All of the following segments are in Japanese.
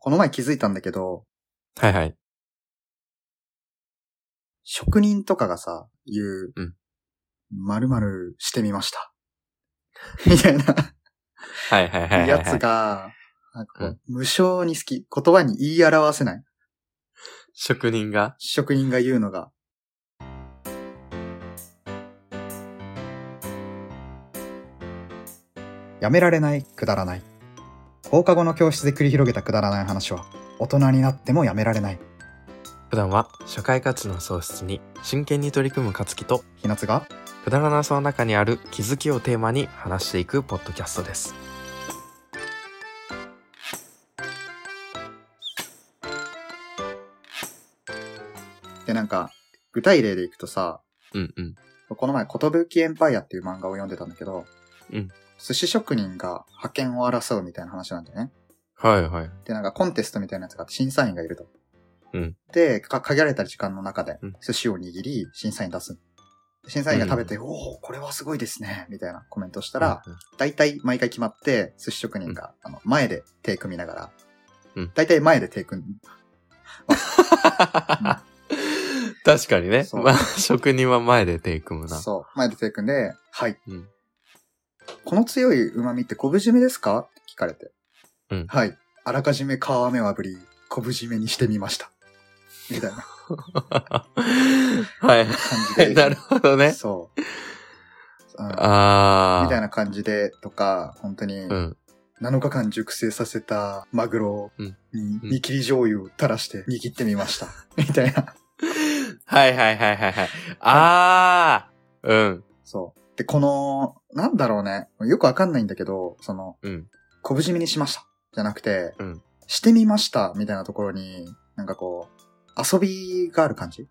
この前気づいたんだけど、はいはい。職人とかがさ、言う、うん〇〇してみました。 みたいなはいはいはいはい、はい。やつが、なんかこううん無性に好き。言葉に言い表せない。職人が。職人が言うのが。やめられない、くだらない。放課後の教室で繰り広げたくだらない話は、大人になってもやめられない。普段は社会活動の創出に真剣に取り組む勝樹と、ひなつがくだらなさの中にある気づきをテーマに話していくポッドキャストです。で、なんか、具体例でいくとさ、うんうん。この前、ことぶきエンパイアっていう漫画を読んでたんだけど、うん寿司職人が派遣を争うみたいな話なんだよね。はいはい。で、なんかコンテストみたいなやつがあって審査員がいると。うんで、か限られた時間の中でうん寿司を握り、審査員出す。審査員が食べて、おおこれはすごいですね、みたいなコメントしたら、、大体毎回決まって、寿司職人が、あの前で手組みながら、うん大体前で手組ん、 確かにね。そうまあ、職人は前で手組むな。そう、前で手組んで、はい。うんこの強い旨味って昆布締めですかって聞かれて。うんはい。あらかじめ皮目を炙り、昆布締めにしてみました。みたいな は感じ で。い。なるほどね。そう。うんああ。みたいな感じでとか、本当にうん。 7日間熟成させたマグロうんにうん煮切り醤油を垂らして握ってみました。みたいな。はいはいはいはいはい。ああ。うん。そう。で、この、なんだろうね。よくわかんないんだけど、その、うん。昆布締めにしました。じゃなくて、うんしてみました、みたいなところに、なんかこう、遊びがある感じ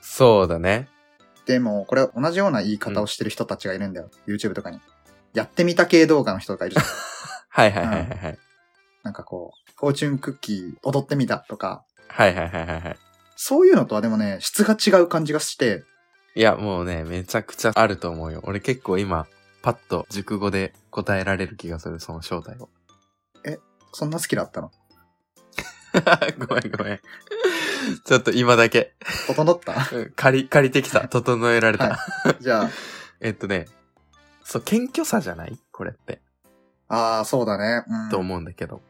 そうだね。でも、これ同じような言い方をしてる人たちがいるんだよ。YouTube とかに。やってみた系動画の人がい るじゃん。はいはいはいはいはい。なんかこう、フォーチュンクッキー踊ってみたとか、はいはいはいはいはい。そういうのとはでもね、質が違う感じがして、いや、もうね、めちゃくちゃあると思うよ。俺結構今、パッと熟語で答えられる気がする、その正体を。 そんな好きだったの。ごめんごめん。ちょっと今だけ、整った うん借り、借りてきた。整えられた。はじゃ えっとね、そう、謙虚さじゃないこれって。あ、ああ、そうだね。うん。と思うんだけど。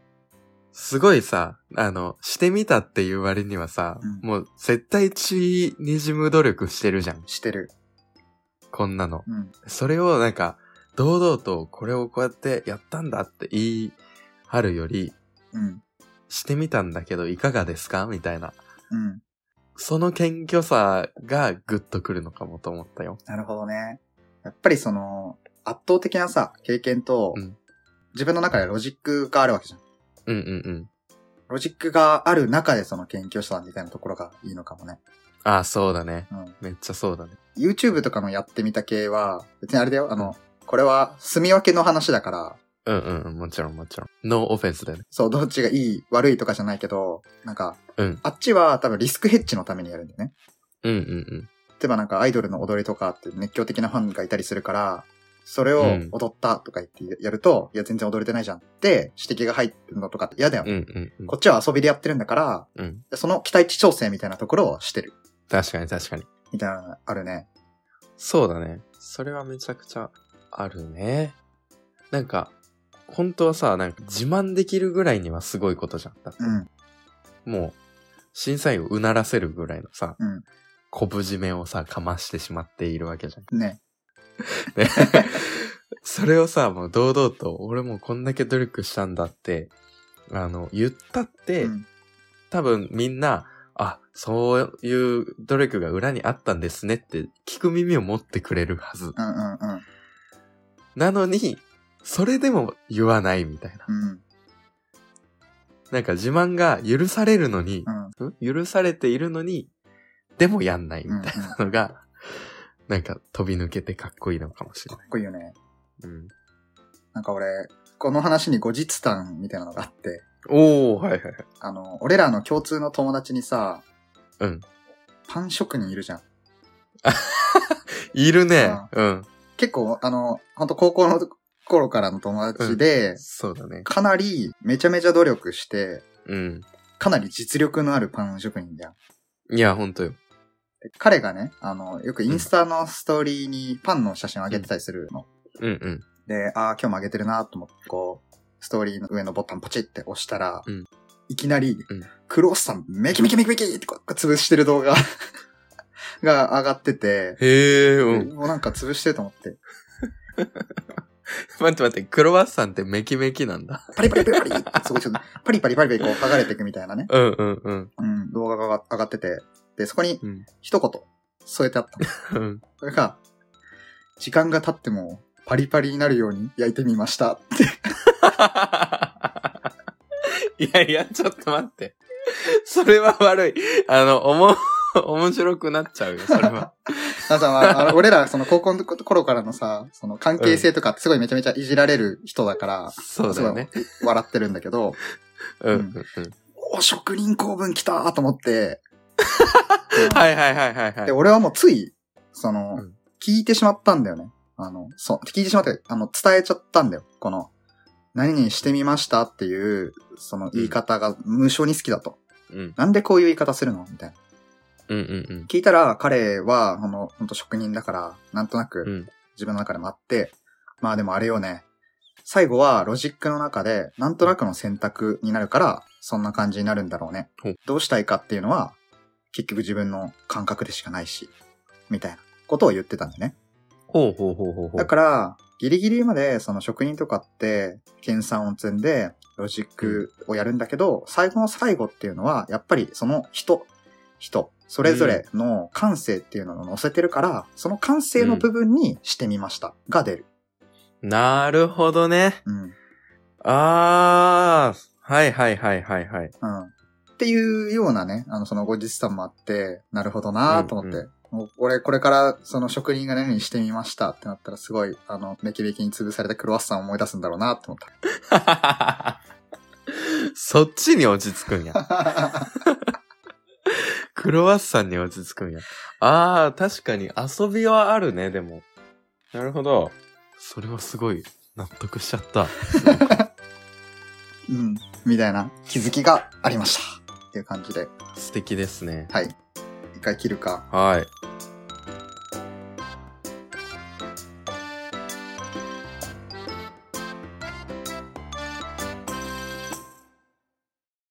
すごいさ、あの、してみたっていう割にはさ、うんもう絶対血にじむ努力してるじゃん。してる。こんなの。うん。それをなんか、堂々とこれをこうやってやったんだって言い張るより、うん。してみたんだけどいかがですかみたいな。うん。その謙虚さがグッとくるのかもと思ったよ。なるほどね。やっぱりその、圧倒的なさ、経験と、うん自分の中でロジックがあるわけじゃん。うんうんうん。ロジックがある中でその研究者みたいなところがいいのかもね。ああ、そうだね。うん。めっちゃそうだね。 YouTube とかのやってみた系は、別にあれだよ、あの、これは住み分けの話だから、うんうんうん、もちろんもちろん。ノーオフェンスだよね。そう、どっちがいい、悪いとかじゃないけど、なんか、うんあっちは多分リスクヘッジのためにやるんだよね。うんうん例えばなんかアイドルの踊りとかって熱狂的なファンがいたりするから、それうをん踊ったとか言ってやると、いや全然踊れてないじゃんって指摘が入ってるのとかって嫌だよ、うん。うんうんうんこっちは遊びでやってるんだから、うん。その期待値調整みたいなところをしてる。確かに確かに。みたいなのあるね。そうだね。それはめちゃくちゃあるね。なんか、本当はさ、なんか自慢できるぐらいにはすごいことじゃん。だってうん。もう、審査員をうならせるぐらいのさ、うんこぶじめをさ、かましてしまっているわけじゃん。ね。ね それをさ、もう堂々と、俺もうこんだけ努力したんだって、あの、言ったって、うん多分みんな、あ、そういう努力が裏にあったんですねって聞く耳を持ってくれるはず。うんうんうん。なのに、それでも言わないみたいな。うん。なんか自慢が許されるのにう、ん。ん許されているのに、でもやんないみうん。うんたいなのが、なんか飛び抜けてかっこいいのかもしれかない。っこいいよね。うん、なんか俺、この話に後日談みたいなのがあって、おー、はいはいはい。あの、俺らの共通の友達にさ、うん。パン職人いるじゃん。いるね。うん。結構、あの、本当高校の頃からの友達で、そうだね。かなりめちゃめちゃ努力して、うん。かなり実力のあるパン職人じゃん。いや、ほんとよ。で彼がね、あの、よくインスタのストーリーにパンの写真を上げてたりするの。うんうん。で、ああ、今日も上げてるなと思って、こう、ストーリーの上のボタンポチって押したら、うんいきなり、うんクロスさん、メキメキメキメキってこう潰してる動画 が上がってて、へえ、うん。もうなんか潰してると思って、待って待って、クロワッサンってメキメキなんだ。パリパリパリパリって、すごいちょっと、パリパリパリパリこう剥がれていくみたいなね、うんうんうん。うん、動画が上がってて、で、そこにうん一言添えてあったの。うん。それが、時間が経ってもパリパリになるように焼いてみましたって。 いやいや、ちょっと待って。それは悪い。あの、おも、 面白くなっちゃうよ、それは。あさ、まああの、俺ら、その高校の頃からのさ、その関係性とかってすごいめちゃめちゃいじられる人だから、そうだよね。すごい笑ってるんだけど、うんうんうん。お、職人公文来たーと思 って、はいはいはいはいはいで、。俺はもうつい、その、うん聞いてしまったんだよね。あの、そう、聞いてしまって、あの、伝えちゃったんだよ。この、何にしてみましたっていう、その言い方が無性に好きだと。うんなんでこういう言い方するのみたいな。うんうん聞いたら彼は、この、本当職人だから、なんとなうくん。自分の中でもあって、まあでもあれよね、最後はロジックの中で、なんとなくの選択になるから、そんな感じになるんだろうねほう。どうしたいかっていうのは、結局自分の感覚でしかないし、みたいなことを言ってたんだよね。ほうほうほうほうほう。だから、ギリギリまでその職人とかって、研鑽を積んで、ロジックをやるんだけど、最後の最後っていうのは、やっぱりその人、人、それぞれの感性っていうのを乗せてるから、その感性の部分にしてみました。が出る。なるほどね。うん。うん。あー。はいはいはいはいはい。 っていうようなね、あの、その後日さもあって、なるほどなーと思って。うんもう俺、これから、その職人が何にしてみましたってなったら、すごい、あの、メキメキに潰されたクロワッサンを思い出すんだろうなと思った。そっちに落ち着くんや。クロワッサンに落ち着くんや。ああ、確かに遊びはあるね、でも。なるほど。それはすごい納得しちゃった。うん、みたいな気づきがありました。っていう感じで、素敵ですね。一回切るか。はい。